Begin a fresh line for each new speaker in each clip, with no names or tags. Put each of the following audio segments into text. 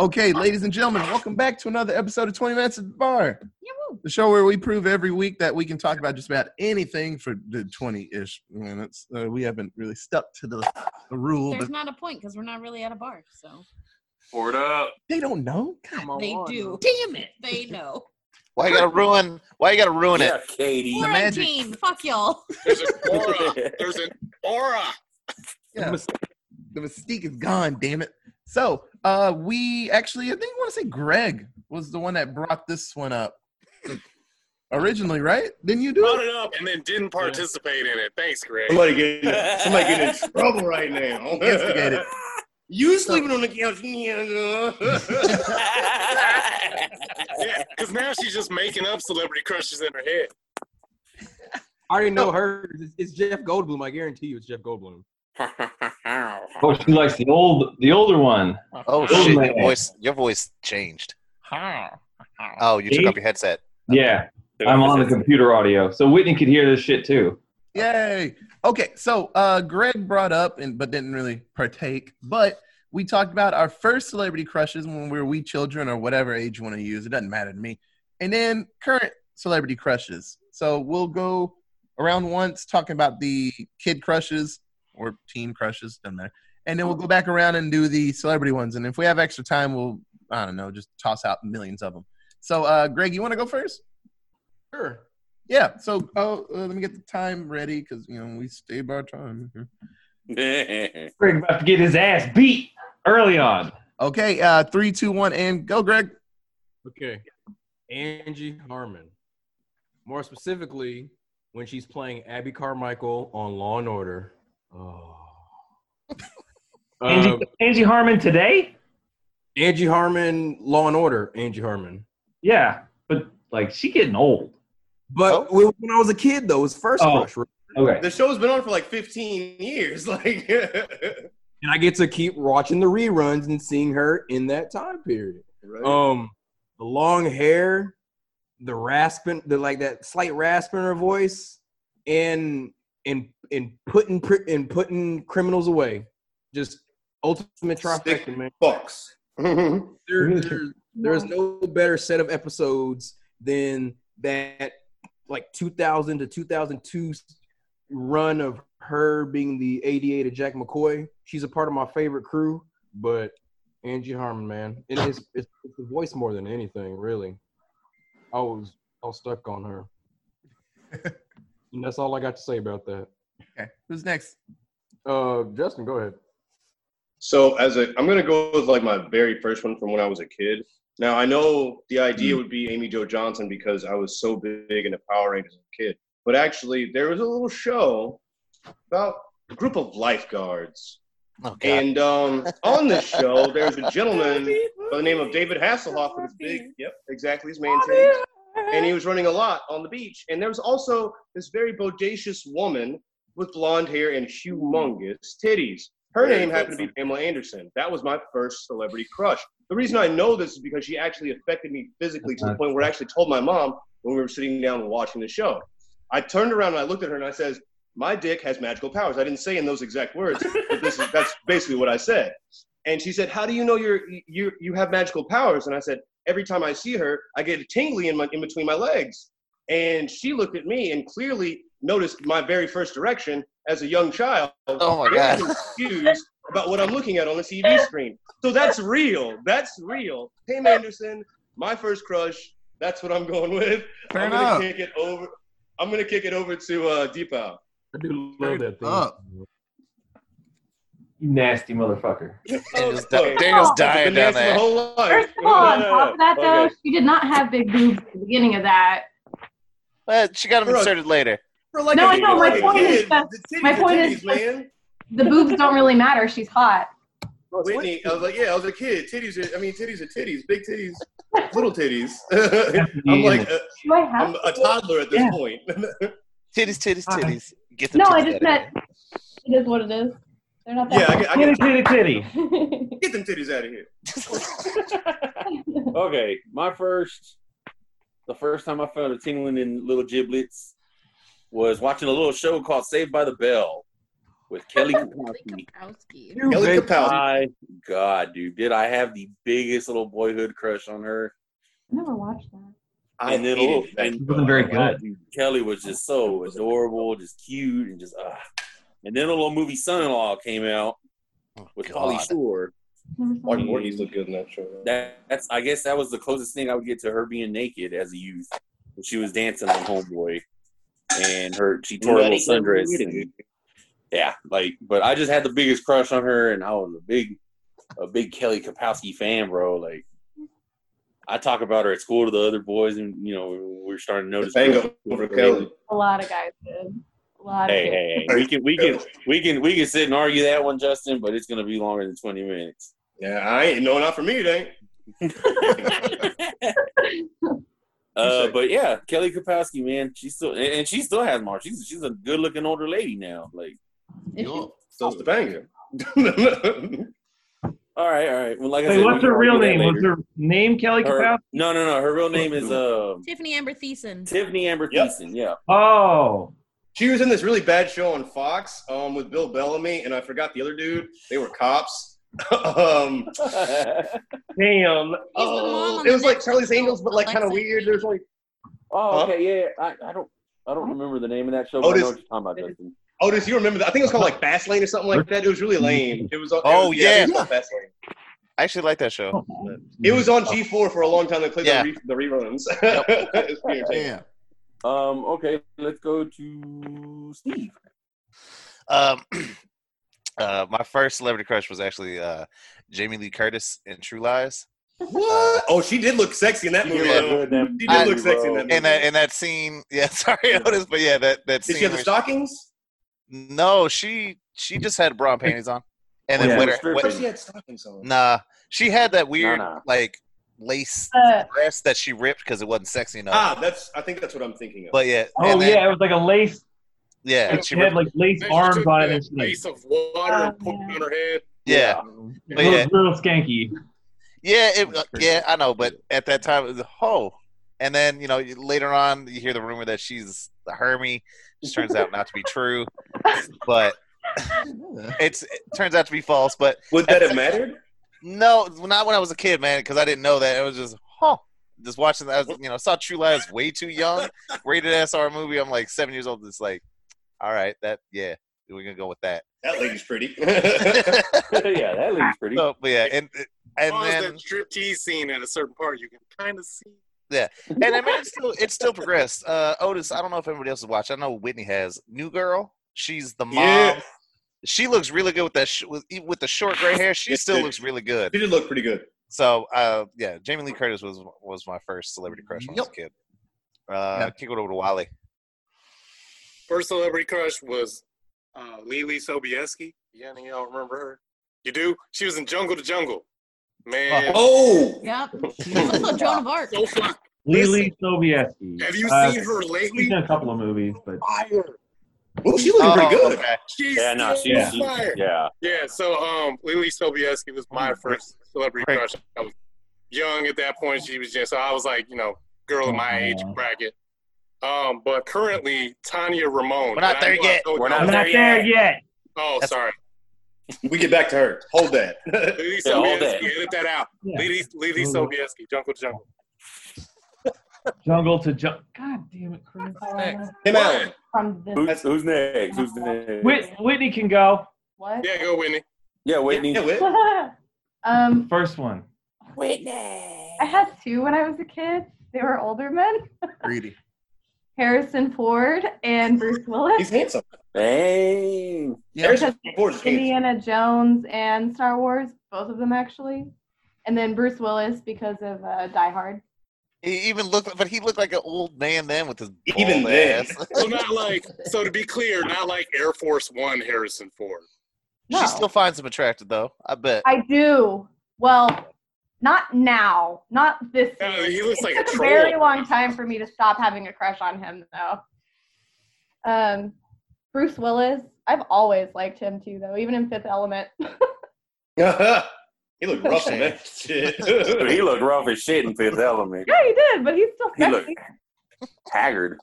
Okay, ladies and gentlemen, welcome back to another episode of 20 Minutes at the Bar. The show where we prove every week that we can talk about just about anything for the 20 ish minutes. Uh, we haven't really stuck to the, the rule,
There's
but
not a point because we're not really at a bar, so
Board up.
they don't know.
Come on,
they
on.
do. Damn it, they know.
Why you gotta ruin? Why you gotta ruin
Yeah,
it?
Katie.
The magic.
Quarantine, fuck y'all.
There's an aura. There's an aura.
Yeah. The mystique is gone, damn it. So, uh, we actually, I think I want to say Greg was the one that brought this one up originally, right? Didn't you do
Brought
it?
it up and then didn't participate in it. Thanks, Greg.
Somebody getting somebody getting in trouble right now.
Instigate it.
You sleeping on the couch? Yeah.
Yeah, because now she's just making up celebrity crushes in her head.
I already know her. It's, it's Jeff Goldblum. I guarantee you, it's Jeff Goldblum.
Oh, she likes the old, the older one.
Oh
Oh,
shit!
man.
Your voice, your voice changed. Oh, you took
See?
off your headset.
Yeah, I'm on the computer audio, so Whitney could hear this shit too.
Yay. Okay, so uh, Greg brought up and but didn't really partake, but we talked about our first celebrity crushes when we were we children or whatever age you want to use. It doesn't matter to me. And then current celebrity crushes. So we'll go around once talking about the kid crushes or teen crushes, doesn't matter. And then we'll go back around and do the celebrity ones. And if we have extra time, we'll I don't know, just toss out millions of them. So uh, Greg, you want to go first?
Sure.
Yeah. So, oh, uh, let me get the time ready because you know we stay by time. here.
Greg about to get his ass beat early on.
Okay. Uh, three, two, one, and go, Greg.
Okay. Angie Harmon. More specifically, when she's playing Abby Carmichael on Law and Order. Oh.
Angie,
Um,
Angie Harmon today?
Angie Harmon, Law and Order, Angie Harmon.
Yeah, but like she getting old.
But when I was a kid, though, it was first
Oh.
crush,
Okay,
the show's been on for like 15 years. Like,
and I get to keep watching the reruns and seeing her in that time period. Um, the long hair, the rasping, the like that slight rasping in her voice, and and and putting pri- and putting criminals away, just ultimate
Stick-
trifecta, man.
Bucks.
There, there- there's no better set of episodes than that, like 2000 to 2002 run of her being the ADA to Jack McCoy. She's a part of my favorite crew, but Angie Harmon, man, and it's, it's, it's the voice more than anything, really. I was I was stuck on her, and that's all I got to say about that.
Okay. Who's next?
Uh, Justin, go ahead.
So as a, I'm gonna go with like my very first one from when I was a kid. Now I know the
Mm.
idea would be Amy Jo Johnson because I was so big into Power Rangers as a kid. But actually, there was a little show about a group of lifeguards,
Oh god.
and um, on this show, there's a gentleman by the name of David Hasselhoff with his big, yep, exactly his man tank, and he was running a lot on the beach. And there was also this very bodacious woman with blonde hair and humongous titties. Her
Very
name happened to be
handsome.
Pamela Anderson. That was my first celebrity crush. The reason I know this is because she actually affected me physically to the point where I actually told my mom when we were sitting down and watching the show. I turned around and I looked at her and I says, "My dick has magical powers." I didn't say in those exact words, but this is that's basically what I said. And she said, "How do you know you're you you have magical powers?" And I said, "Every time I see her, I get a tingly in my in between my legs." And she looked at me and clearly noticed my very first direction as a young child.
Oh my
Very
god.
confused about what I'm looking at on the TV screen. So that's real. That's real. Pam Anderson, my first crush. That's what I'm going with.
Fair
I'm
enough.
gonna kick it over. I'm gonna kick it over to uh, Deepow.
I do love that thing.
Up.
you nasty motherfucker.
Daniel's,
sorry.
di- Daniel's
Oh,
I've
dying
been
down
nasty my
there.
whole life.
First of all, on
No, no,
top of that though,
okay.
she did not have big boobs at the beginning of that.
But she got him
Brooke.
inserted later.
For like
No,
a-
I know,
like
my
a
point is
kid,
that-
the titties
my
are
point is
titties, man.
The boobs don't really matter. She's hot.
Whitney, I was like, yeah, I was a kid. Titties are, I mean, titties are titties. Big titties, little titties. I'm like a,
Do I have?
I'm a toddler at this
Yeah.
point.
Titties, titties, titties. Get the
no, I
titties
just
out of
meant it is what it is. They're not
yeah, I
that.
get, I
Titty,
get,
titty, titty.
get them titties out of here.
Okay, my first, the first time I felt a tingling in little giblets was watching a little show called Saved by the Bell, with Kelly Kapowski.
Kapowski.
You
Kelly
make-
Kapowski.
My God, dude, did I have the biggest little boyhood crush on her?
I never watched that.
I
and then
hated
little,
that
and
She wasn't very
God,
good.
dude, Kelly was just so adorable, just cute, and just ah. And then a little movie "Son-in-Law" came out
Oh,
with Polly
God.
Shore.
Never
Mm-hmm.
saw
Martin
it.
Morty's look good in that show.
That, that's, I guess, that was the closest thing I would get to her being naked as a youth. When she was dancing on Homeboy, and her she tore a little sundress. And, yeah, like, but I just had the biggest crush on her, and I was a big, a big Kelly Kapowski fan, bro. Like, I talk about her at school to the other boys, and you know, we are starting to
The
notice.
bang over Kelly.
A lot of guys did. A lot
Hey,
of kids.
hey, hey, we can, we can, we can, we can sit and argue that one, Justin, but it's gonna be longer than twenty minutes.
Yeah, I ain't no, not for me, it ain't.
Uh, but yeah, Kelly Kapowski, man, she still and- and she still has marks. She's she's a good looking older lady now. Like,
If
Yo.
So it's the banger. That's
all right, all right. Well, like I
Wait,
said,
what's
we can
her real
argue that
name? Was
later.
her name Kelly
Her-
Kapowski?
no, no, no. Her real name is uh,
Tiffany Amber Thiessen.
Tiffany Amber
Yep.
Thiessen. Yeah,
Oh,
She was in this really bad show on Fox um, with Bill Bellamy, and I forgot the other dude. They were cops. um,
damn.
mom
oh,
on
it
the
was like
Netflix
Charlie's Angels,
show,
but like kind of
Alexa
weird. There's like,
oh,
Huh?
okay, yeah. I, I don't I
Oh.
don't remember the name of that show. But I
Otis-
know what you're talking about, Justin.
Otis, you Oh, remember that? I think it was called like Fast Lane or something like that. It was really lame. It was. it
Oh,
was-
yeah.
It was, called Fast Lane.
I actually like that show.
It was on G4 for a long time. They played
Yeah.
the, re- the reruns.
Yep.
It was pretty entertaining.
Yeah.
Um, okay, let's go to Steve.
Um, uh, my first celebrity crush was actually uh, Jamie Lee Curtis in True Lies.
What? Oh, she did look sexy in that
She
movie.
did
though.
look good in that
movie,
She did look sexy in
bro.
that movie.
And that and that scene, yeah, sorry, Otis, but yeah, that that
did
scene.
she have the
where
stockings?
no, she she just had bra and panties on, and then
Yeah.
with her,
I thought
with,
she had stockings on.
nah, she had that weird
nah.
like lace
Uh,
dress that she ripped because it wasn't sexy enough.
Ah, that's. I think that's what I'm thinking of.
But yeah,
Oh
and then-
yeah, it was like a lace.
yeah,
It
she
had
ripped,
like lace
She
arms
took
on it.
that
And she, like,
Piece of water and
Oh,
put it
man.
on her head.
yeah,
it
But yeah.
was real skanky.
Yeah, it, uh, yeah, I know, but at that time it was a hoe. And then you know you- later on you hear the rumor that she's the Hermie, which turns out not to be true, but it's it turns out to be false. But
Would that have mattered?
no, not when I was a kid, man, because I didn't know that. It was just huh. Just watching that, I was, you know, saw True Lies way too young, rated SR movie. I'm like seven years old. It's like, all right, that yeah, we're gonna go with that.
That lady's pretty.
yeah, that lady's pretty.
so, but yeah, and and
Pause
then
that striptease scene at a certain part, you can kind of see.
and I mean, it's still it's still progressed. Uh, Otis, I don't know if everybody else has watched. I know Whitney has. New Girl, she's the mom.
Yeah.
She looks really good with that sh- with, even with the short gray hair. She
Yes,
still
dude.
looks really good.
she did look pretty good.
So, uh, yeah, Jamie Lee Curtis was was my first celebrity crush when I was a kid. Uh,
Yeah.
Kick it over to Wally.
First celebrity crush was uh, Lily Sobieski. Yeah, any of y'all remember her? You do? She was in Jungle to Jungle. Man,
Oh,
Yep. She's also Joan of Arc.
so fly.
Lily Sobieski.
Have you
Uh,
seen her
She's
lately?
done a couple of movies, but
Fire.
oh, she looked pretty
Oh,
good.
okay.
She's
Yeah, no,
still
she's
Yeah.
she,
fire.
yeah.
Yeah, so um, Lily Sobieski was my first celebrity
Mm-hmm. Right.
crush. I was young at that point. She was just, so I was like, you know, girl in my age bracket. Um, but currently, Tanya
We're
Ramon.
not
and I
there
know I
yet.
told
We're
y'all-
I'm not there yet.
Oh,
That's-
sorry.
We get back to her. Hold that.
Lily
Yeah, all
Sobieski,
that.
edit that out.
Yeah.
Lily, Lily
Hold on.
Sobieski, Jungle to Jungle.
Jungle to jungle. God damn it, Chris.
Tim Allen.
From this.
Who's, who's next? Who's next?
Whit- Whitney can go.
What?
Yeah, go Whitney.
Yeah, Whitney.
Yeah, Whit.
um,
First one.
I had two when I was a kid. They were older men.
Greedy.
Harrison Ford and Bruce Willis.
He's handsome.
Dang.
Yeah.
Harrison Ford is handsome.
Indiana Jones and Star Wars, both of them actually. And then Bruce Willis because of uh, Die Hard.
He even looked, but he looked like an old man then with his bald
Even then.
ass.
So not like so to be clear, not like Air Force One Harrison Ford.
No.
She still finds him attractive though. I bet.
I do. Well, not now. Not this
Yeah,
year.
he looks like a
it took a
troll.
very long time for me to stop having a crush on him though. Um Bruce Willis, I've always liked him too though, even in Fifth Element.
he looked rough in that shit.
Dude, he looked rough as shit in Fifth Element.
yeah, he did, but he's still
He
sexy.
looked haggard.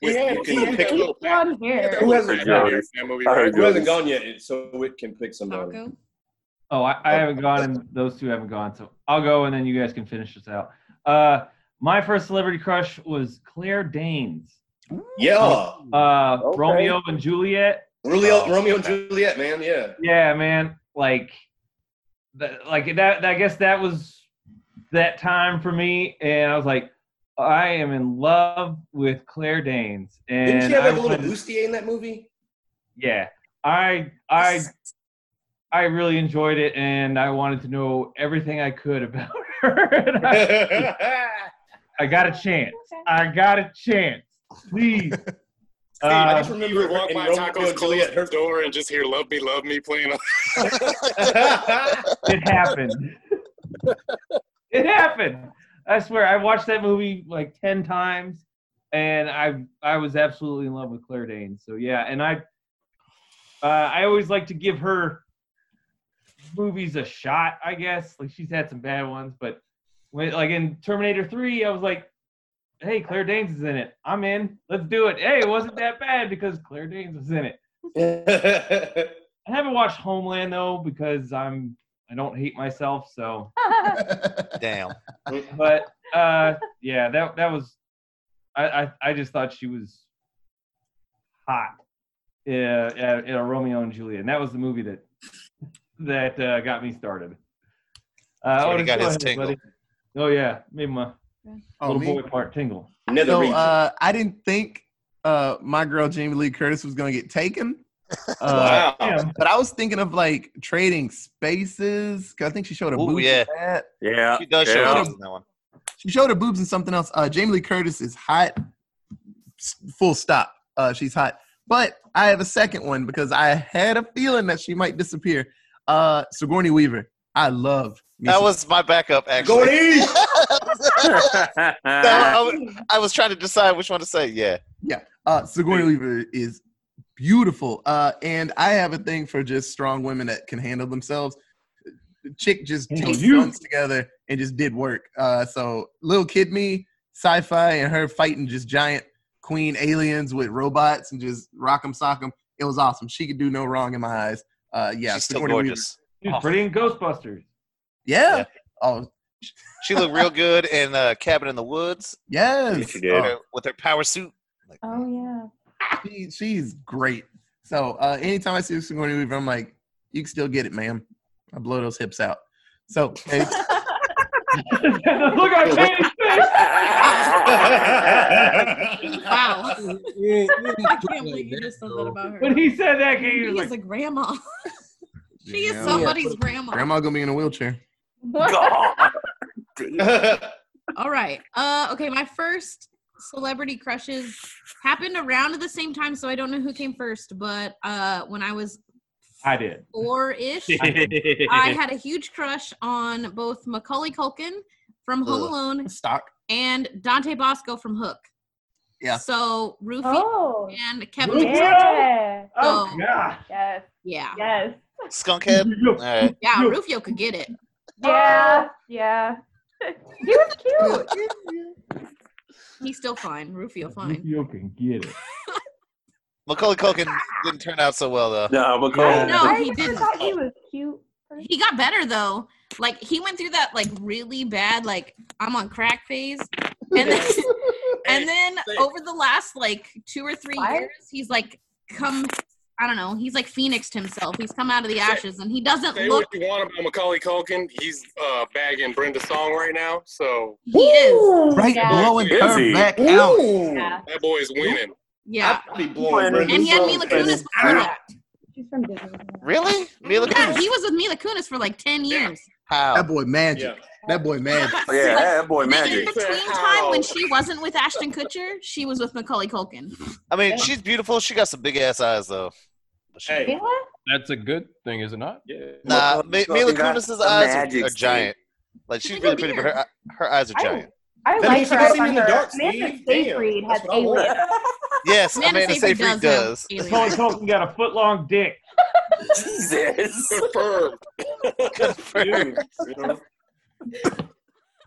He had,
he had that little
blonde hair.
Who hasn't,
Yeah, I heard yours.
who hasn't gone yet? So it can pick somebody.
Oh, I, I haven't gone, and those two haven't gone. So I'll go, and then you guys can finish this out. Uh, my first celebrity crush was Claire Danes.
Yeah.
Uh,
Okay.
Romeo and Juliet.
Romeo,
Oh.
Oh,
Romeo and Juliet, man. Yeah.
Yeah, man. Like, th- like that. I guess that was that time for me, and I was like, I am in love with Claire Danes. And
Didn't she have
I
like a little
wanted-
bustier in that movie?
yeah i i i really enjoyed it and i wanted to know everything i could about her And I, I got a chance i got a chance please
I
Uh,
just remember
You walk
in
by
Romeo
Taco
and Juliet,
Juliet
her.
door and just hear "Love Me, Love Me" playing. on-
it happened it happened i swear i watched that movie like 10 times and i i was absolutely in love with claire danes so yeah and i uh, i always like to give her movies a shot i guess like she's had some bad ones but when like in terminator 3 i was like hey claire danes is in it i'm in let's do it hey it wasn't that bad because claire danes was in it I haven't watched Homeland though because I'm I don't hate myself. So,
Damn.
but uh, yeah, that that was I I, I just thought she was hot uh, at, at a Romeo and Juliet, and that was the movie that that uh, got me started. Uh,
That's where he
Otis,
got
go
his
ahead,
tingle.
buddy. Oh yeah, made my
Oh,
little
me?
boy part tingle.
Nether
so
region.
uh, I didn't think uh, my girl Jamie Lee Curtis was gonna get taken. Uh,
wow.
Damn.
But I was thinking of like trading spaces. 'cause I think she showed her
Ooh,
boobs. in
yeah.
that.
Yeah.
uh,
She does show
Yeah.
up in that one.
She showed her boobs and something else. Uh, Jamie Lee Curtis is hot. S- Full stop. Uh, she's hot. But I have a second one because I had a feeling that she might disappear. Uh, Sigourney Weaver. I love. me
That
some-
was my backup,
Go
actually.
to east.
No, I, was- I was trying to decide which one to say. Yeah.
Uh, Sigourney Weaver is beautiful. Uh, and I have a thing for just strong women that can handle themselves. Chick just
Handle
takes
you.
guns together and just did work. Uh, so little kid me, sci-fi, and her fighting just giant queen aliens with robots and just rock 'em sock 'em. It was awesome. She could do no wrong in my eyes. Uh, yeah,
She's still
Sigourney Weaver.
gorgeous.
She's pretty in Ghostbusters.
Yeah.
Yeah.
Oh
She looked real good in uh, Cabin in the Woods
yes.
she did.
Oh,
with her, with her power suit. Like,
Oh yeah.
she, she's great. So uh, anytime I see Sigourney Weaver, I'm like, you can still get it, ma'am. I blow those hips out. So and-
Look at Katie's
Wow.
Yeah, yeah,
I can't believe you just said that about her.
When he said that, Katie
He's
was like,
a grandma. she is
Yeah.
somebody's grandma.
grandma gonna be in a wheelchair.
God.
All right. Uh, okay, my first celebrity crushes happened around at the same time, so I don't know who came first, but uh, when I was
I did.
four ish, I
I
had a huge crush on both Macaulay Culkin from Home
Ugh.
Alone
Stock.
and Dante Bosco from Hook.
Yeah.
So Rufy
Oh.
and Kevin.
Rufio?
Durant.
Yeah.
oh
So-
god.
Yes.
Yeah.
Yes.
Skunkhead. All right.
Yeah,
Yo.
Rufio could get it.
Yeah. Yeah. he was cute.
He's still fine. Rufio fine.
You can get it.
Macaulay Culkin didn't turn out so well though.
No,
Yeah.
McCall.
No,
I
he
never
didn't.
thought he was cute.
He got better though. Like he went through that like really bad like I'm on crack phase, and then and then over the last like two or three
What?
years, he's like come. I don't know. He's like phoenixed himself. He's come out of the ashes, and he doesn't
Say
look.
what you want about Macaulay Culkin. He's uh, bagging Brenda Song right now, so
He is.
Right,
Yeah.
blowing
Is
her
he?
back out.
Yeah.
that boy is winning.
Yeah.
I'd be blowing Brenda
And he had
Song's
Mila
face.
Kunis before that.
She's from Disney.
Really? Mila
Yeah,
Kunis?
he was with Mila Kunis for like ten years.
That
How?
boy magic.
Yeah.
That boy magic.
Yeah, that boy
And then
magic.
in between time when she wasn't with Ashton Kutcher, she was with Macaulay Culkin.
I mean, she's beautiful. She got some big ass eyes though. But she-
Hey.
Mila?
That's a good thing, is it not?
Nah,
Macaulay
Mi-
Culkin
Mila
got
Kunis's
the
eyes
magic
are, are
stick.
giant. Like
She
she's
got
really pretty, but her her eyes are
I-
giant.
I
That
like
means she
her.
can
I
see me in
like
the
her.
dark,
Amanda
Steve.
Seyfried
Damn,
has
that's what I want.
aliens.
Yes,
Amanda
Amanda
Seyfried does
Seyfried does.
have aliens.
Macaulay Culkin got a foot long dick.
Jesus.
Confirmed.
Confirmed.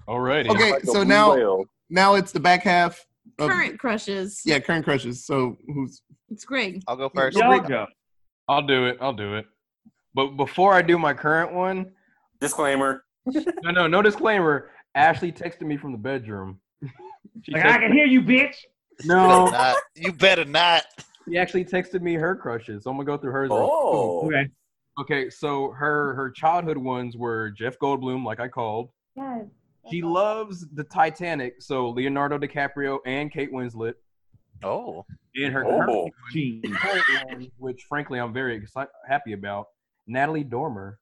Alrighty.
Okay,
Like a
so now
whale.
now it's the back half Oh.
current crushes.
Yeah, current crushes. So who's
It's Greg.
I'll go
first.
Y'all go.
I'll do it. I'll do it. But before I do my current one,
Disclaimer.
no, no, no disclaimer. Ashley texted me from the bedroom. She
Like I
texted-
can hear you, bitch.
No,
You better not. You better not.
she actually texted me her crushes. So I'm gonna go through hers. real
Oh.
Okay.
Okay, so her her childhood ones were Jeff Goldblum, like I called.
Yes.
She loves the Titanic, so Leonardo DiCaprio and Kate Winslet.
Oh,
And her current
Oh.
Gene.
one, which frankly I'm very excited, happy about, Natalie Dormer.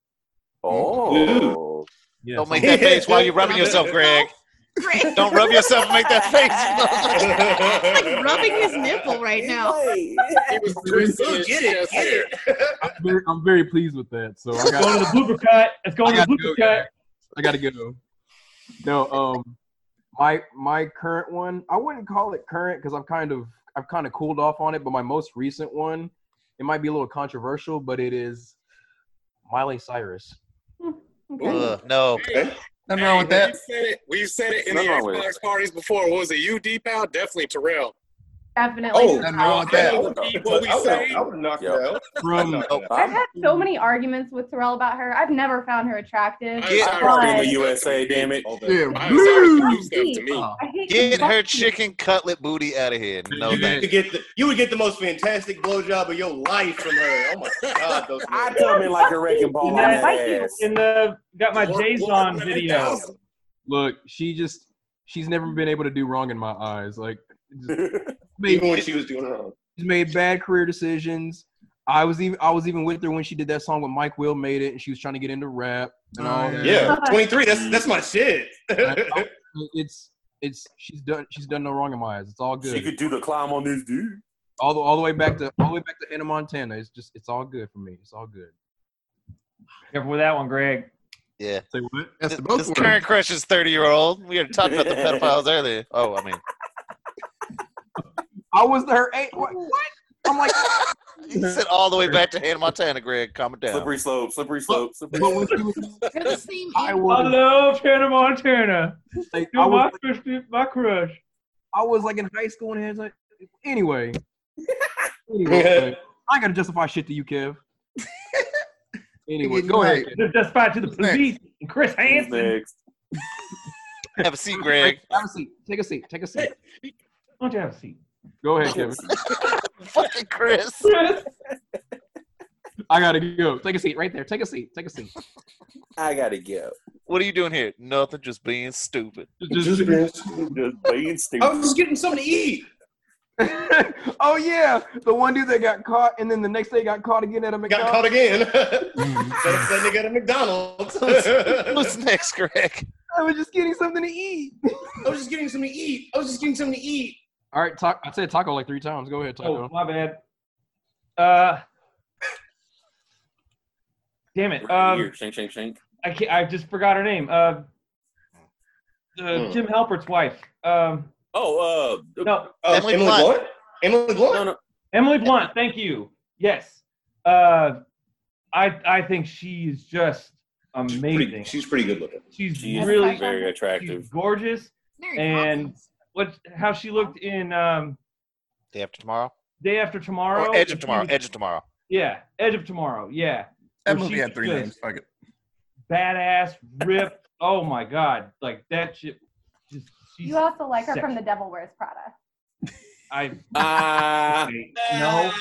Oh.
Yeah,
don't
so
make
I'm-
that face while you're rubbing yourself, Greg.
Greg.
Don't rub yourself and make that face.
He's like rubbing his nipple right now.
He was twisting his chest hair.
I'm very, I'm very pleased with that. So I
Go to
got,
the blooper cut. Let's go to
I
the
got to go.
blooper cut.
guys. I got to go. No, um, my my current one, I wouldn't call it current because I've kind of I've kind of cooled off on it. But my most recent one, it might be a little controversial, but it is Miley Cyrus.
Ugh, no.
Hey,
nothing wrong with that?
We've said it, we've said it in the
Nothing wrong with it.
Xbox parties before. What was it you, D-Pal? Definitely Terrell.
Definitely.
Oh,
Nothing wrong with that.
I would keep what we
I would've-
say.
I would have knocked
Yeah.
it out.
From
I'd knock it out.
I've had so many arguments with Terrell about her. I've never found her attractive.
Get
but-
her out of
Alabama USA, damn it.
All that.
yeah,
I was sorry
blue.
to do stuff to me.
Oh.
I hate
Get her
complexity.
chicken cutlet booty out of here. No
You
thanks.
You get the, you would get the most fantastic blowjob of your life from her. Oh my god, those
I
men.
come in like a wrecking ball
In
on
that,
that
Mikey
ass.
in the got my
Lord,
J's
Lord,
on
let me
video.
down.
look, she just she's never been able to do wrong in my eyes. Like just made,
even when she was doing her own.
she's made bad career decisions. I was even I was even with her when she did that song when Mike Will made it, and she was trying to get into rap and
Oh,
all. that.
Yeah, 23. That's that's my shit.
It's it's she's done she's done no wrong in my eyes. It's all
she
good.
could do the climb on this dude.
all the all the way back to all the way back to Hannah Montana. It's just it's all good for me. It's all good.
Careful with that one, Greg.
Yeah.
Say what?
That's
This,
the both
this
words.
current crush is 30 year old. We already talked about the pedophiles earlier. Oh, I mean,
I was her eight. What? what? I'm like,
you said all the way back to Hannah Montana, Greg. Calm it down.
Slippery slope, slippery slope, slippery
but
slope.
when she was,
They're the same
I
age.
I
was,
love Hannah Oh, Montana.
like, I
You're my
was,
crush, dude, my crush.
I was like in high school and I was like, anyway. anyway I gotta justify shit to you, Kev.
You
anyway, go ahead.
right.
Kev.
That's fine to the
Who's next?
police. And Chris
Who's
Hansen.
next?
Have a seat, Greg.
Have a seat. Take a seat. Take a seat.
Why don't you have a seat?
Go ahead, Kevin.
Fucking Chris.
I gotta go. Take a seat right there. Take a seat. Take a seat.
I gotta go.
What are you doing here? Nothing, just being stupid.
Just-
Just being
I
stupid.
was just getting something to eat.
oh yeah, the one dude that got caught, and then the next day got caught again at a
Got
McDonald's.
caught again. that, that nigga at McDonald's. I
What's next, Greg?
I was just getting something to eat.
was just getting something to eat. I was just getting something to eat.
All right, ta- I said taco like three times. Go ahead,
Oh,
taco.
my bad. Uh, damn it. Um,
Here, shank, shank, shank.
I can't, I just forgot her name. Uh, uh,
Hmm.
Jim Halpert's wife. Um,
Oh, uh,
no,
Oh,
Emily
Emily,
Blunt.
Blunt. Emily Blunt.
no, no.
Emily Blunt. Thank you. Yes. Uh, I I think she is just
She's
amazing.
pretty, she's pretty good looking.
She's
She is
really
very
she's
attractive.
gorgeous.
Mary
And-
Poppins.
What how she looked in um,
Day after tomorrow?
Day After Tomorrow.
Or Edge of
and she
Tomorrow.
was-
Edge of Tomorrow.
Yeah, Edge of Tomorrow. Yeah,
That
Well,
movie
she
had three
should.
names. Fuck it.
badass, ripped. oh my god, like that shit. Just she's
You also like her
Sick.
from The Devil Wears Prada.
I
Ah,
Uh,
wait, no.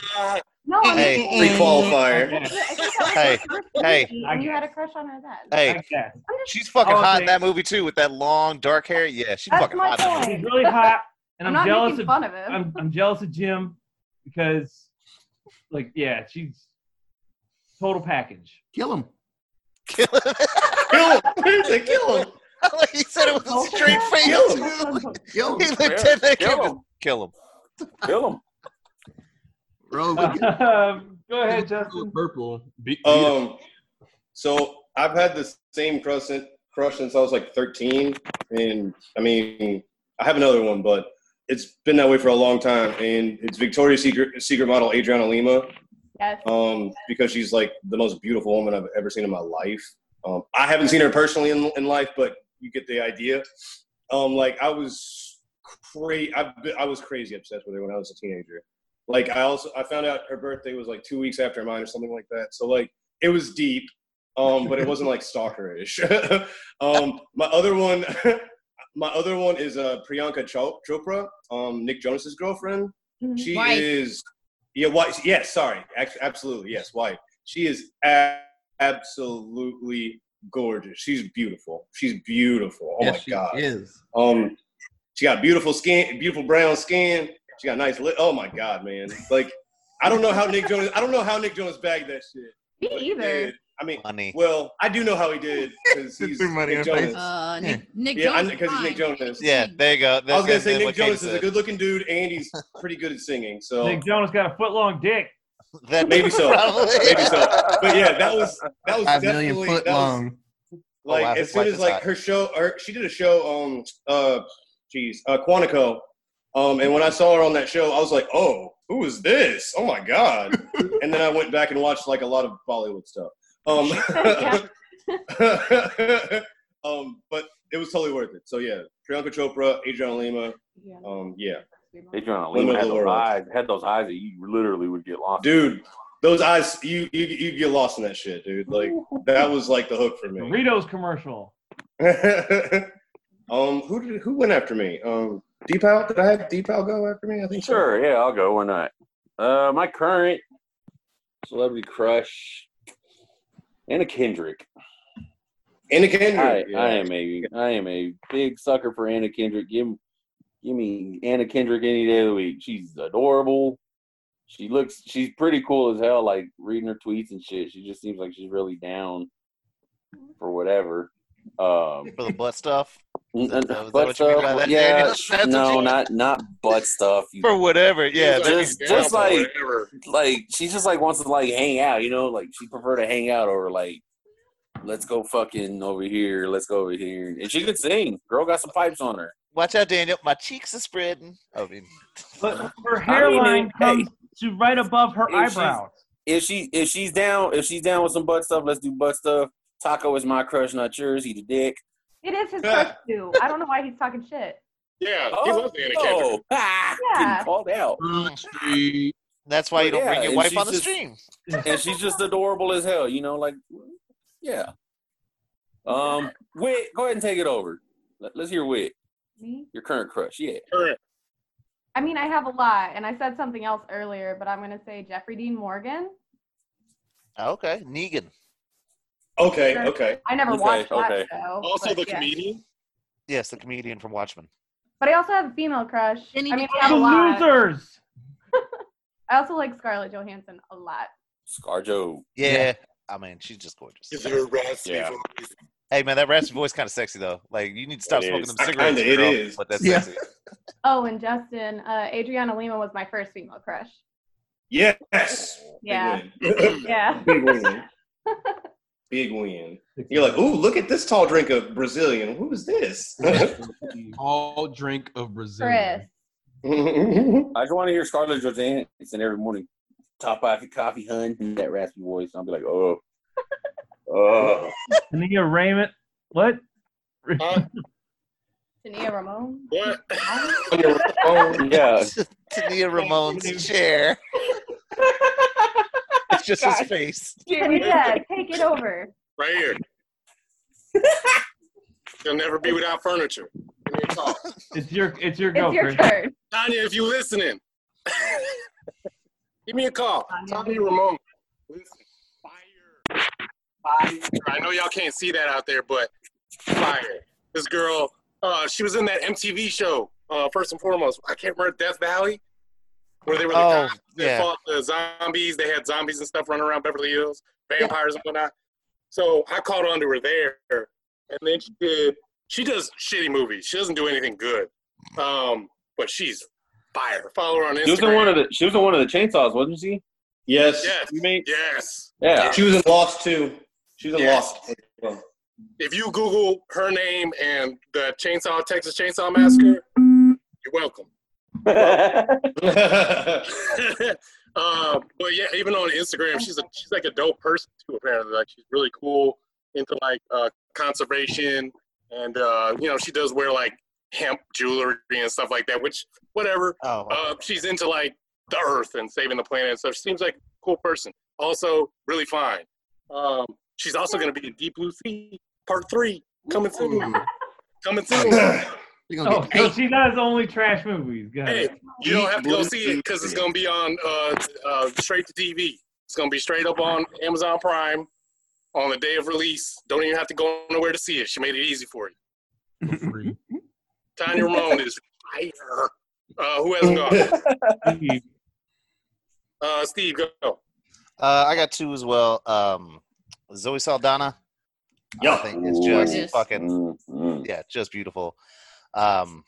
No, I mean,
Hey,
Free qualifier.
I guess,
Hey, hey.
And you had a crush on her then.
Hey,
I guess.
she's fucking
Oh,
hot in
thanks.
that movie too with that long dark hair. Yeah, she's
That's
fucking
my
hot. in that movie.
point.
She's really hot, and
I'm, not
I'm, jealous
making
of
fun of him.
I'm, I'm jealous of Jim because, like, yeah, she's total package.
Kill him.
Kill him.
Kill him. They kill him.
Like he said it with
Oh,
a straight face.
Kill him.
too.
Kill
He
him.
looked at that
Kill
kid.
him.
Kill him.
kill him.
Bro, we got
Um, go ahead, Justin.
Purple. Be- be-
Um, so I've had the same crush since, crush since I was like 13, and I mean, I have another one, but it's been that way for a long time, and it's Victoria's Secret secret model Adriana Lima,
yes.
um, because she's like the most beautiful woman I've ever seen in my life. Um, I haven't seen her personally in, in life, but you get the idea. Um, like I was crazy. I was crazy obsessed with her when I was a teenager. Like I also I found out her birthday was like two weeks after mine or something like that. So like it was deep, um, but it wasn't like stalkerish. um, my other one, my other one is uh, Priyanka Cho- Chopra, um, Nick Jonas's girlfriend.
Mm-hmm.
She
Wife.
is yeah, wife. Yes, sorry, Act- absolutely, yes, wife. She is a- absolutely gorgeous. She's beautiful. She's beautiful. Oh my god,
is.
um, she got beautiful skin, beautiful brown skin. She got nice lip. Oh my god, man! Like, I don't know how Nick Jonas. I don't know how Nick Jonas bagged that shit.
Me
But he
either.
did. I mean,
Money.
well, I do know how he did because he's
threw money
Nick
in her
Jonas.
Uh, Nick, Nick
yeah,
Jones.
because he's Nick Jonas.
Yeah, there you go.
I was gonna say Nick Jonas is a good-looking dude, and he's pretty good at singing. So
Nick Jones got a foot long dick.
That
maybe so,
probably-
maybe so. But yeah, that was that was
Five million
definitely
foot
that was-
long.
Oh,
like
wow,
as
his
soon
wife
as
is
like
hot.
her show or she did a show um uh jeez uh quantico um and when i saw her on that show i was like oh who is this oh my god and then i went back and watched like a lot of bollywood stuff um um but it was totally worth it so yeah priyanka chopra adriana lima
Yeah.
um yeah
Adrian Lima
Women of
had
the
those
world.
eyes. Had those eyes that you literally would get lost. in.
dude those eyes you you you get lost in that shit dude like that was like the hook for me
Doritos commercial.
um, who did who went after me? Um, Deepow? Did I have Deepow go after me? I think so.
Sure, yeah, I'll go. Why not? Uh, my current celebrity crush, Anna Kendrick.
Anna Kendrick.
I,
yeah.
I am a I am a big sucker for Anna Kendrick. Give give me Anna Kendrick any day of the week. She's adorable. She looks she's pretty cool as hell. Like reading her tweets and shit. She just seems like she's really down for whatever. Um,
for the butt stuff.
n-
that- is
n-
that
butt
what you mean by
stuff,
that,
yeah,
Daniel? That's what
no,
you-
not not butt stuff. You
For whatever, yeah.
Seems like
that-
just-
he's down
just
for
like-
whatever.
like she just like wants to like hang out, you know, like she prefer to hang out over like let's go fucking over here, let's go over here. And she could sing. Girl got some pipes on her.
Watch out, Daniel. My cheeks are spreading. I mean,
But her
I mean,
hairline
hey.
comes to right above her
If she's-
eyebrows.
If she if she's down if she's down with some butt stuff, let's do butt stuff. Taco is my crush, not yours. Eat a dick.
It is his crush too. I don't know why he's talking shit.
Yeah, he loves Anna Kendrick.
oh, ah,
Yeah.
getting called out.
that's why you don't bring
Well, yeah,
your
and
wife
she's
on the
just-
stream.
And she's just adorable as hell, you know, like yeah. Um Wit, go ahead and take it over. Let- Let's hear Wit,
Me?
your current crush. Yeah.
Current.
I mean, I have a lot, and I said something else earlier, but I'm gonna say Jeffrey Dean Morgan.
Okay, Negan.
Okay, okay.
I never
Okay,
watched that
okay.
show.
Also
but
the
yeah.
comedian.
Yes, the comedian from Watchmen.
But I also have a female crush. I
Jenny
mean, I have
DeKalb.
a
The
lot.
losers.
I also like Scarlett Johansson a lot.
Scarjo.
Yeah,
Yeah.
I mean, she's just gorgeous.
Is there a raspy
Yeah.
voice?
Hey man, that raspy voice kind of sexy though. Like you need to stop
It
smoking
is.
them cigarettes.
Kinda, it
girl,
is.
But that's
Yeah.
sexy.
Oh, and Justin, uh, Adriana Lima was my first female crush.
Yes.
Yeah.
Big win.
Yeah.
Big win. Big win. You're like, ooh, look at this tall drink of Brazilian. Who is this?
All drink of Brazil.
Chris.
I just want to hear Scarlett Johansson every morning. Top off your coffee, hun. and That raspy voice. I'll be like, oh, oh.
Nia Raymond. What?
Uh,
Huh?
Tania Ramon.
What?
Oh,
Yeah.
Tania Ramone's chair. it's just his face.
Tania, take it over.
right here. You'll never be without furniture. Give me a call.
It's your it's your
It's your
girlfriend.
turn.
Tanya, if you listening, give me a call. Tanya Ramon. Listen, fire. Fire. I know y'all can't see that out there, but fire. This girl, uh, she was in that MTV show, uh, first and foremost. I can't remember Death Valley, where they were the
Oh,
cops that
yeah.
fought the zombies. They had zombies and stuff running around Beverly Hills, vampires and whatnot. So I caught on to her there. And then she did, she does shitty movies. She doesn't do anything good. Um, but she's fire. Follow her on Instagram.
She was in one of the. She was in one of the chainsaws, wasn't she?
yes.
Yes.
You mean?
Yes.
Yeah.
She was in Lost too. She was in
Yes.
Lost.
If you Google her name and the Chainsaw Texas Chainsaw Massacre, you're welcome. uh, but yeah, even on Instagram, she's a she's like a dope person too. Apparently, like she's really cool into like uh, conservation, and uh, you know she does wear like hemp jewelry and stuff like that, which whatever.
Oh,
Uh, she's into like the earth and saving the planet and stuff. She seems like a cool person. Also, really fine. Um, she's also going to be in Deep Blue Sea Part Three coming soon. coming soon.
Oh, so she does only trash movies. Got
hey,
it.
you don't have to go see it because it's going to be on uh, uh, straight to TV. It's going to be straight up on Amazon Prime on the day of release. Don't even have to go nowhere to see it. She made it easy for you. Tanya Ramon is fire. Uh, who hasn't gone? Uh, Steve, go.
Uh, I got two as well. Um, Zoe Saldana. I
Yeah.
think it's just
Gorgeous.
fucking yeah, just beautiful. Um,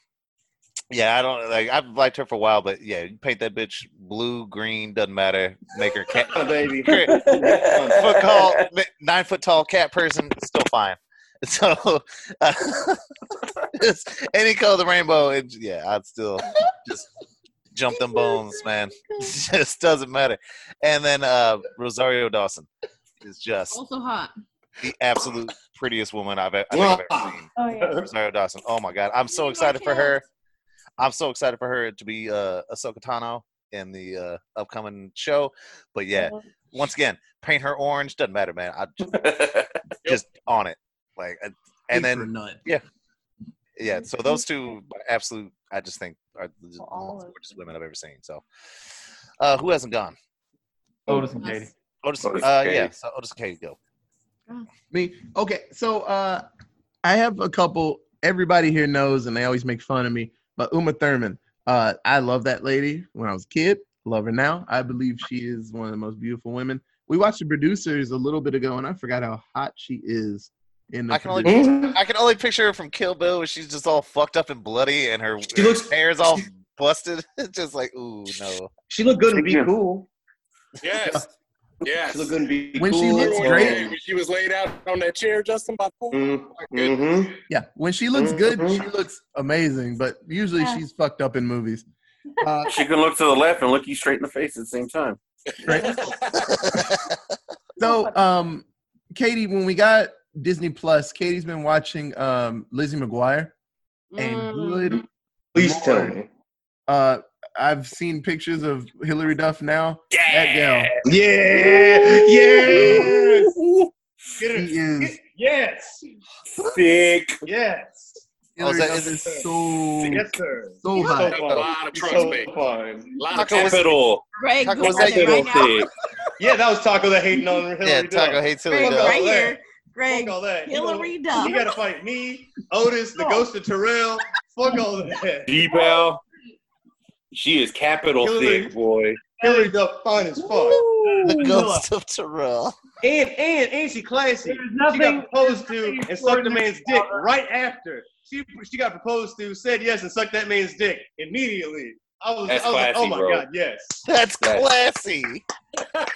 yeah, I don't like. I've liked her for a while, but yeah, you paint that bitch blue, green, doesn't matter. Make her cat
Oh, baby.
foot tall, nine foot tall cat person, still fine. So uh, it's any color of the rainbow, it, yeah, I'd still just jump them bones, man. just doesn't matter. And then uh, Rosario Dawson is just
Also hot.
the absolute prettiest woman I've, e- I think I've ever seen.
Oh yeah.
Rosario Dawson. Oh my god, I'm so excited for her. I'm so excited for her to be uh, Ahsoka Tano in the uh, upcoming show. But yeah, once again, paint her orange doesn't matter, man. I just, just on it, like, uh, and then
Mm-hmm.
yeah. So those two, are absolute, I just think are the the
all
most
of
gorgeous women I've ever seen. So, uh, who hasn't gone?
Otis and Katie.
Otis,
Otis
uh,
Katie.
yeah. So Otis and Katie go.
Me? Okay, so uh, I have a couple. Everybody here knows, and they always make fun of me. But Uma Thurman, uh, I love that lady when I was a kid. Love her now. I believe she is one of the most beautiful women. We watched the producers a little bit ago, and I forgot how hot she is. In the
I can only
Producers.
I can only picture her from Kill Bill where she's just all fucked up and bloody and her,
She looks-
her hair is all busted. It's just like, ooh, no.
She looked good and be cool.
Yes. Yes.
She looked good and be
When she
cool.
looks
and-
great.
When she was laid out on that chair, Justin, by four.
Mm,
My goodness.
mhm.
yeah, when she looks good,
Mhm.
she looks amazing. But usually,
Yeah.
she's fucked up in movies. Uh,
She can look to the left and look you straight in the face at the same time.
right? So, um, Katie, when we got Disney Plus, Katie's been watching um, Lizzie McGuire, and good.
Please tell
Lord.
me.
Uh, I've seen pictures of Hillary Duff now. That gal,
Yeah. Yes. Get
she
it.
is.
Yes.
Thick.
Yes.
Hillary
that-
Duff Oh, is
is-
so
Yes, sir.
so hot.
So
A lot of
She's
trunks,
so
baby.
fine.
A lot of
Taco
trunks.
Capital.
Greg,
Taco,
who
was
has
that
it
you?
right
Capital
now?
thick.
Yeah, that was Taco that hating on Hillary.
yeah,
Duff.
Taco hates Hillary
Greg,
Fuck all
Duff.
right
that.
here. Greg,
Fuck all that.
Hillary
you
Duff.
You gotta fight me, Otis, the
No.
ghost of Terrell. Fuck all that.
Deep Al. She is capital
Hillary.
thick, boy.
Hillary Duff fine as fuck.
The ghost of Terrell.
And and and she classy.
There's
She
nothing.
got proposed to
nothing
and sucked the
extraordinary
man's dick right after. She she got proposed to, said yes, and sucked that man's dick immediately. I was,
That's
I was like, oh
classy,
my
bro.
god, yes.
That's
Yes.
classy.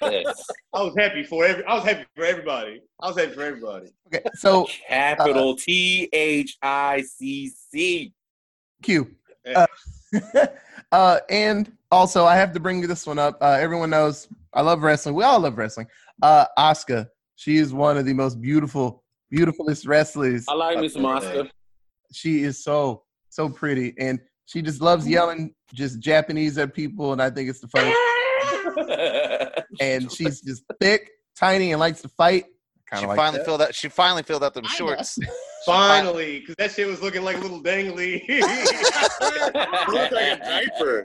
Yes.
I was happy for every. I was happy for everybody. I was happy for everybody.
Okay, so uh,
Capital T H I C C.
Q. Uh, uh, and also, I have to bring this one up. Uh, everyone knows I love wrestling. We all love wrestling. Uh, Asuka, she is one of the most beautiful, beautifulest wrestlers.
I like Miss Mosca.
She is so, so pretty. And she just
Mm-hmm.
loves yelling just Japanese at people. And I think it's the funniest. And she's just thick, tiny, and likes to fight.
She
Kind of like
finally
that.
filled out. She finally filled out them
Kinda.
shorts.
Finally, because that shit was looking like a little dangly.
She looked like a diaper.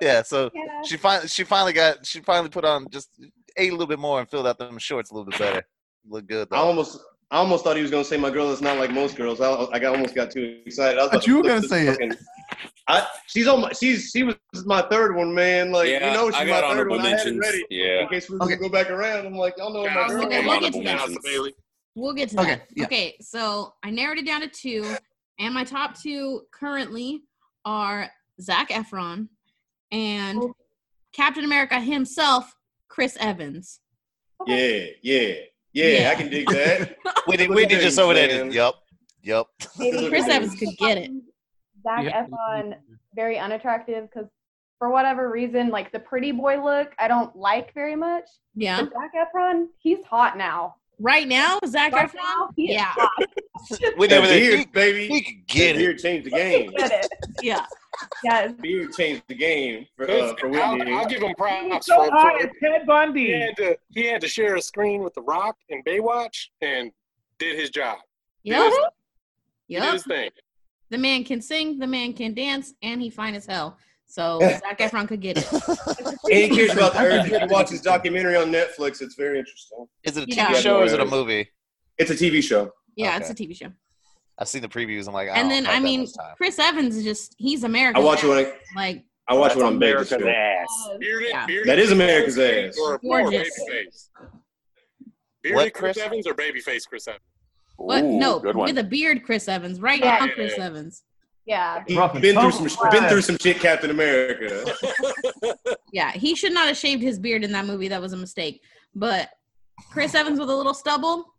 Yeah, so
Yeah.
she finally she finally got she finally put on just ate a little bit more and filled out them shorts a little bit better. Look good
I
though.
almost, I almost thought he was gonna say my girl is not like most girls. I, I got, almost got too excited. I was
But
about
you were
flip
gonna
this
say it.
fucking- I, she's on my, she's she was my third one, man. Like
yeah,
you know, she's
I
my
got
third
honorable
one. I had it
mentions.
ready
Yeah.
in case we were gonna
Okay.
go back around. I'm like, y'all know my
Shout
girl.
out
Okay,
to
we'll get to
Honorable
that.
mentions, Bailey.
We'll get to
Okay,
that.
yeah.
Okay, so I narrowed it down to two, and my top two currently are Zach Efron and Captain America himself, Chris Evans.
Yeah, yeah, yeah,
Yeah.
I can dig that.
Whitney,
Look at
Whitney
these,
just over there.
man.
just- Yup. Yup.
Look
Chris
at
Evans
these.
could get it.
Zach Efron very unattractive because for whatever reason, like the pretty boy look, I don't like very much.
Yeah.
But Zac Efron, he's hot now.
Right now, Zach
Right
Efron?
now, he is
Yeah.
Went
That
over there.
beard,
He,
baby.
he could
That
get it.
beard changed the game.
Get it.
Yeah.
Yes.
Beard changed the game for, uh,
Listen,
for Whitney.
I'll, I'll give him
He's
props
so
for,
hot at
for
Ted
he
Bundy.
had to he had to share a screen with The Rock and Baywatch and did his job.
Yep.
He did
Yep.
his thing.
The man can sing, the man can dance, and he fine as hell. So Zach Efron could get it.
And he cares about the earth. You can watch his documentary on Netflix. It's very interesting.
Is it a TV
Yeah.
show or is it a movie?
It's a TV show.
Yeah,
Okay.
it's a TV show.
I've seen the previews. I'm like, I
and
don't
then
have
I
that
mean,
much time.
Chris Evans is just—he's
I
American.
watch it when I,
like
I watch it when I'm
America's
baked.
ass. Bearded,
Yeah.
bearded
That is
Chris
America's
Evans
ass.
Or, or
Gorgeous.
babyface. Bearded
What,
Chris
Chris?
Evans or babyface Chris Evans?
what?
Ooh,
no,
good one.
with a beard, Chris Evans. Right
Yeah.
now, Chris Evans.
Yeah.
He's
Rough and
been through
tumble.
some been through some shit, Captain America.
Yeah, he should not have shaved his beard in that movie. That was a mistake. But Chris Evans with a little stubble,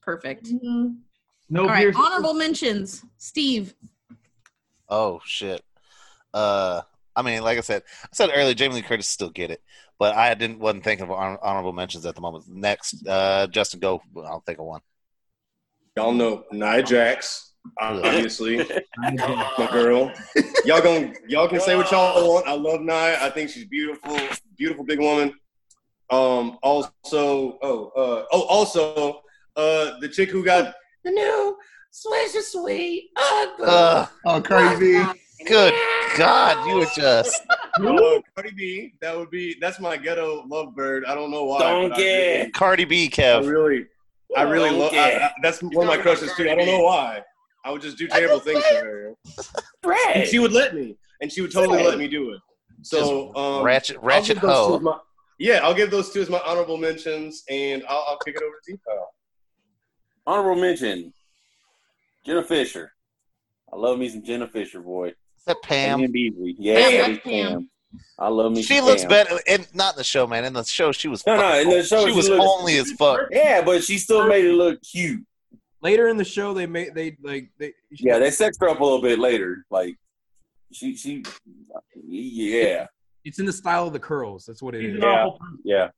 perfect.
Mhm.
No
All right,
beard.
honorable mentions. Steve.
Oh shit. Uh, I mean, like I said, I said earlier, Jamie Lee Curtis still get it, but I didn't wasn't thinking of honor- honorable mentions at the moment. Next, uh, Justin, go. I'll think of one.
Y'all know Nia Jax, obviously. My girl. Y'all going y'all can say what y'all want. I love Nia. I think she's beautiful, beautiful big woman. Um also oh uh oh also uh the chick who got the new Swish is sweet. Ugly.
Uh,
Oh, crazy.
good God, you were just
Uh, Cardi B, that would be that's my ghetto lovebird. I don't know why.
Don't
but
get.
Cardi B,
I
Kev.
really, I really, I really
Don't
love. I,
get.
I, that's one of my
talking about
crushes too. I don't
Cardi B.
know why. I would just do terrible things to her, and she would let me, and she would totally let me do it. So,
Just
um,
ratchet,
I'll give
ratchet
those two
hoe.
as my- yeah, I'll give those two as my honorable mentions, and I'll, I'll kick it over to Deepo.
Honorable mention. Jenna Fisher. I love me some Jenna Fisher, boy.
Is that Pam?
Pam Beasley. Yeah,
Yeah,
Pam.
Pam.
Pam. I love me
She
some
looks
Pam.
better, and not in the show, man. In the show, she was
No, no, in the show
she
she
was
looks-
only as fuck.
Yeah, but she still made it look cute.
Later in the show, they made they like they.
Yeah, they sexed her up a little bit later. Like she she yeah.
It's in the style of the curls. That's what it
He's
is.
an awful
Yeah.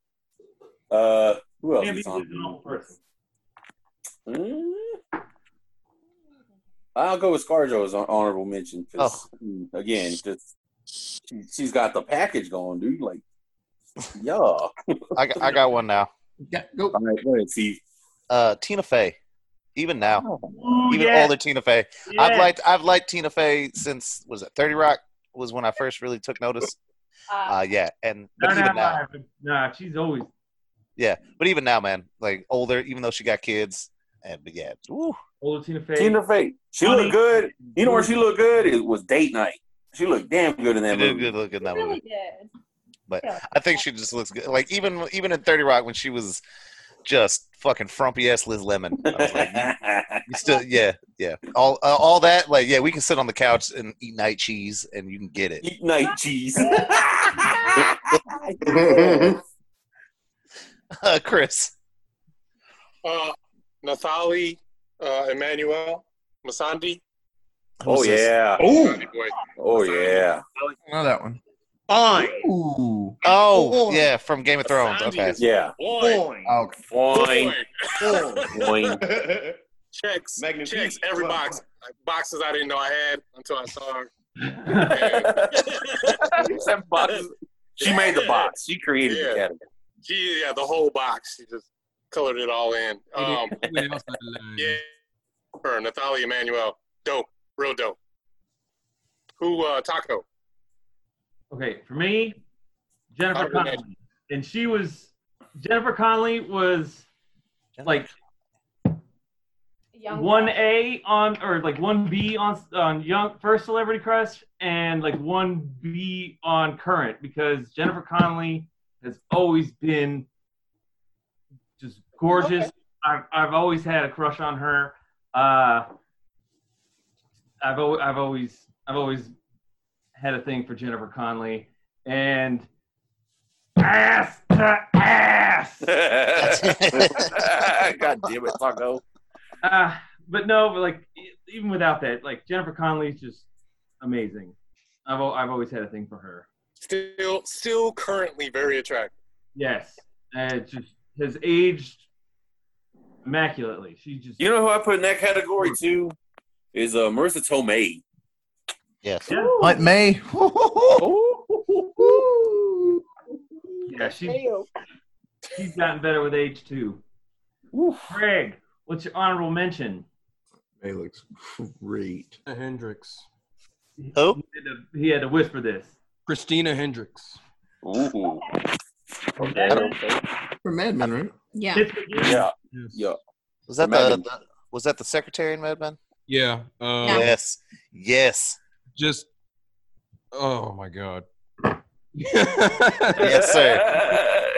Uh who else
person.
is
He's an awful
on?
person.
Hmm? I'll go with ScarJo as an honorable mention 'cause,
Oh.
mm, again, just she, she's got the package going, dude. Like, yeah. All
I, I got one now.
Yeah, go.
right, go ahead, Steve. Oh.
Uh, Tina Fey, even now,
Ooh,
even
yeah.
older Tina Fey. I've
Yeah.
liked I've liked Tina Fey since was it Thirty Rock was when I first really took notice.
Uh,
Uh, yeah, and but
Not
even
out
now,
loud, but Nah, she's always.
yeah, but even now, man, like older, even though she got kids, and but yeah, woo,
Older Tina Fey.
Tina Fey. She looked good. You know where she looked good? It was date night. She looked damn good in
she
that
did
movie.
good look in
he
that
really
movie.
did.
But
Yeah.
I think she just looks good. Like even even in Thirty Rock when she was just fucking frumpy ass Liz Lemon, I was like, You still, yeah, yeah. All, uh, all that, like, yeah, we can sit on the couch and eat night cheese, and you can get it.
Eat night cheese.
Uh, Chris,
Uh, Nathali uh, Emmanuel Masandi.
oh
Who's this?
yeah.
Ooh,
Masandi boy.
Oh yeah.
I know that one.
fine,
Ooh.
Oh,
Boy.
yeah, from Game of Thrones.
Sanji
Okay,
is-
Yeah.
Boy,
fine,
Oh,
Wine.
boy.
Wine.
Checks,
Magnifique.
checks every
Wow.
box. Like, boxes I didn't know I had until I saw her.
That box. She made the box. She created the
Yeah.
category.
She, yeah, the whole box. She just colored it all in. Um, yeah, her Nathalie Emmanuel, dope, real dope. Who uh, Taco?
Okay, for me, Jennifer
Honorable
Connelly. And she was Jennifer Connelly was like
Young
one A on or like one B on on young first celebrity crush and like one B on current because Jennifer Connelly has always been just gorgeous. I've I've always had a crush on her. Uh, I've al- I've always I've always had a thing for Jennifer Connelly and ass to ass.
God damn it, Taco.
Uh, but no, but like e- even without that, like Jennifer Connelly is just amazing. I've al- I've always had a thing for her.
Still, still currently very attractive.
Yes, and it just has aged immaculately. She just
You know who I put in that category too is uh, Marissa Tomei.
Yes.
Yeah.
Aunt May.
yeah, she, she's gotten better with age too. Craig, what's your honorable mention?
May looks great. Hendrix.
Who?
He had to, he had to whisper this.
Christina Hendricks.
Ooh.
For Mad Men, right?
Yeah.
Yeah.
Was that the,
Imagine.
the was that the secretary in Mad Men?
Yeah. Um,
Yeah.
Yes. Yes.
Just. Oh my god.
Yes, sir.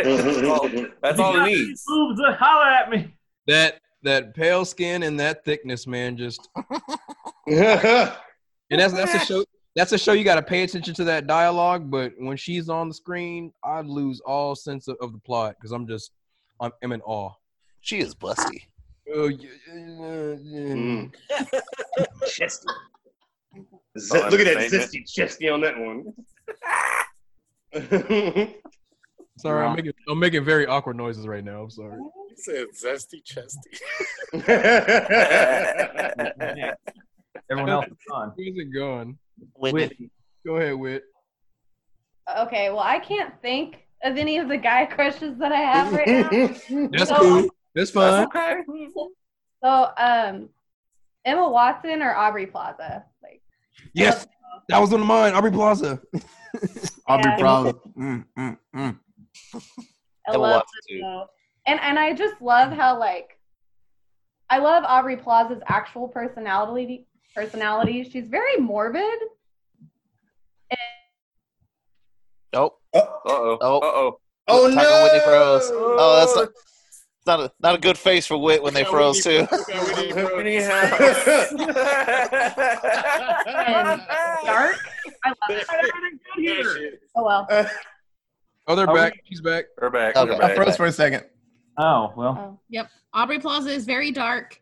Oh, that's all it needs.
Boobs, look, holler at me.
that that pale skin and that thickness, man. Just and that's that's a show. That's a show you got to pay attention to that dialogue. But when she's on the screen, I lose all sense of, of the plot because I'm just I'm, I'm in awe.
She is busty.
Oh, yeah, yeah, yeah.
Mm. Chesty. Z-
Oh,
Look at that
entertainment.
zesty chesty on that one.
Sorry,
Wow.
I'm making I'm making very awkward noises right now. I'm sorry.
He said zesty chesty.
Everyone else is gone.
Where's it going?
Whitney.
Whitney.
Go ahead, Whit.
Okay, well, I can't think of any of the guy crushes that I have right now.
That's
So-
cool. That's fine.
So, um, Emma Watson or Aubrey Plaza? Like,
Yes, that was on the mind. Aubrey Plaza.
Aubrey
Yeah.
Plaza. Mm, mm, mm.
I
Emma
love that
Watson, too.
show. And and I just love how like I love Aubrey Plaza's actual personality personality. She's very morbid.
Oh,
Uh-oh.
Oh.
Uh-oh.
oh
Talking when they froze.
no!
Oh, that's not, it's not a not a good face for Wit when they
Yeah,
froze
Whitney-
too.
yeah, Whitney froze.
And dark. I love it.
Yeah, shit.
Oh well.
Uh,
Oh, they're
Are we-
back. She's back.
We're back.
Okay.
We're
I
back.
froze for a second.
Oh well.
Oh.
Aubrey Plaza is very dark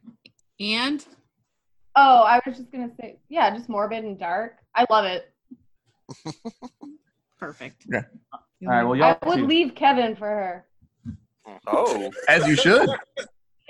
and
oh, I was just gonna say yeah, just morbid and dark. I love it.
perfect.
Yeah.
All right. Well,
I
y'all.
would
two.
leave Kevin for her.
Oh.
As you should.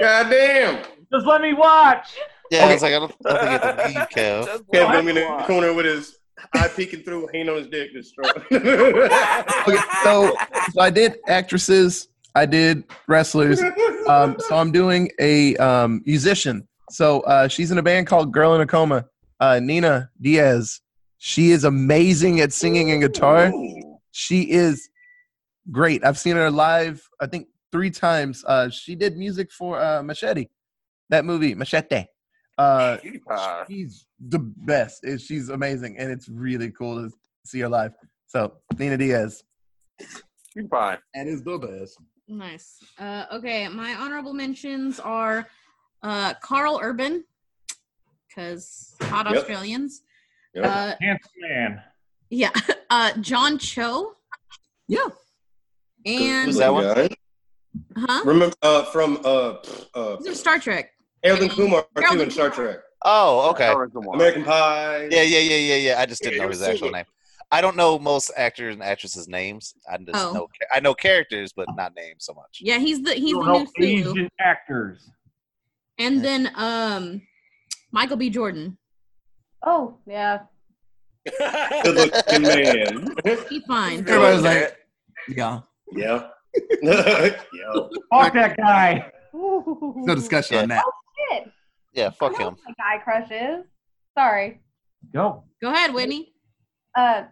God damn!
Just let me watch.
Yeah, I
Okay.
was like, I don't, I don't think it's a leave, Kev.
Just
Kevin in the
watch.
corner with his eye peeking through, hanging on his dick, just strong.
Okay, so so I did actresses. I did wrestlers. Um, so I'm doing a um, musician. So uh, she's in a band called Girl in a Coma. Uh, Nina Diaz. She is amazing at singing and guitar. She is great. I've seen her live. I think three times. Uh, she did music for uh, Machete, that movie Machete. Uh,
Uh,
she's the best. It- She's amazing, and it's really cool to see her live. So Nina Diaz.
you fine.
And is the best.
Nice. Uh, okay, my honorable mentions are uh, Carl Urban, because hot
Yep.
Australians.
Yep.
Uh,
Handsome man.
yeah. Uh, John Cho.
Yeah.
And,
Who's that one?
huh?
Remember uh, from uh, pff, uh,
He's in Star Trek.
Harold and Kumar
Harold
too in
and
Star
Kumar.
Trek,
Oh, okay.
Alright, come on.
American Pie.
Yeah, yeah, yeah, yeah, yeah. I just didn't
Yeah,
know
it
his
was
actual
Sulu.
name. I don't know most actors and actresses' names. I just
Oh.
know I know characters, but not names so much.
Yeah, he's the he's
You
the
know
new Sulu.
Asian actors.
And then um, Michael B. Jordan.
Oh, yeah.
Good looking man.
He's fine.
Everybody's like, yeah.
yeah. yeah.
Fuck that guy.
No discussion on
Yeah.
that.
Oh, Shit.
Yeah, fuck
I know
him.
what My guy crushes. Sorry.
Go.
Go ahead, Whitney.
Uh,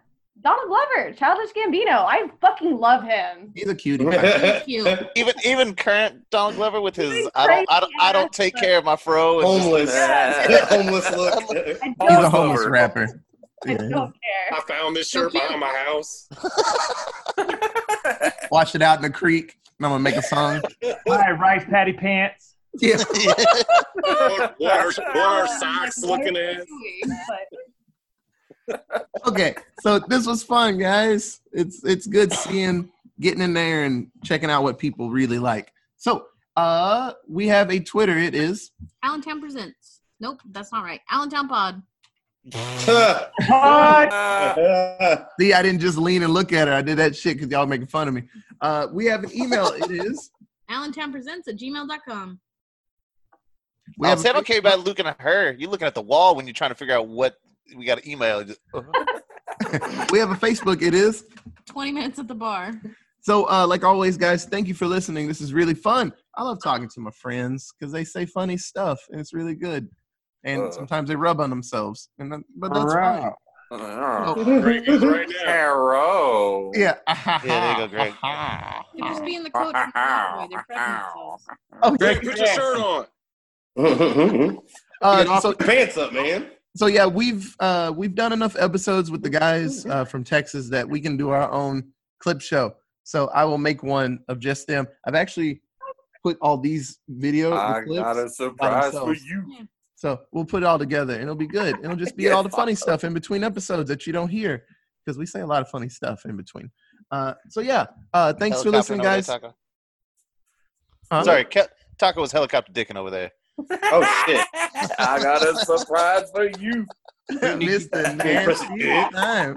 Donald Glover, Childish Gambino. I fucking love him.
He's a cutie.
He's
yeah.
cute.
Even even current Donald Glover with his
He's
I don't I don't, I don't
crazy,
take care of my fro. and just-
homeless.
Yeah.
homeless look.
I
He's a
don't,
homeless
Over.
rapper.
I
Yeah.
don't care.
I found this shirt behind my house.
Wash it out in the creek, and I'm gonna make a song.
Hi, rice patty pants.
Yeah.
What, what, are, what are socks looking at?
But
Okay, so this was fun, guys. It's it's good seeing, getting in there, and checking out what people really like. So, uh, we have a Twitter. It is
Allentown Presents. Nope, that's not right. Allentown Pod.
What?
Uh,
See, I didn't just lean and look at her. I did that shit because y'all making fun of me. Uh, we have an email. It is
Allentown Presents at gmail.com.
We
I'll
have
say, I don't care about looking at her. You're looking at the wall when you're trying to figure out what we got to email. Just,
we have a Facebook. It is
20 minutes at the bar.
so. Uh, like always, guys, thank you for listening. This is really fun. I love talking to my friends because they say funny stuff and it's really good. And
Uh.
sometimes they rub on themselves, and that- but that's fine.
Greg is right now.
Arrow.
Yeah.
there you go, Greg.
They're just being the coach from Cowboy. They're prepping themselves.
Oh, yeah.
Greg, put your shirt on.
Uh,
Get off
so-
your pants up, man.
so yeah we've uh we've done enough episodes with the guys uh, from texas that we can do our own clip show so i will make one of just them i've actually put all these video Oh, the
I
clips,
got a surprise for
themselves.
you.
so we'll put it all together and it'll be good it'll just be
Yes,
all the funny stuff in between episodes that you don't hear because we say a lot of funny stuff in between uh so yeah uh thanks for
Helicoptering
listening
over there,
guys
Taco.
Huh?
Sorry, Ke- Taco was helicopter dicking over there.
Oh shit.
I got a surprise for you.
missed the
Impressive,
nasty
dude.
time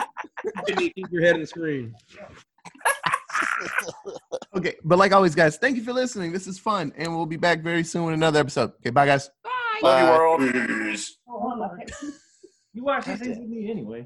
Keep your head on the screen.
okay but like always guys thank you for listening this is fun and we'll be back very soon with another episode okay bye guys
Bye.
Bye.
Love you, world.
You watch these things with me anyway.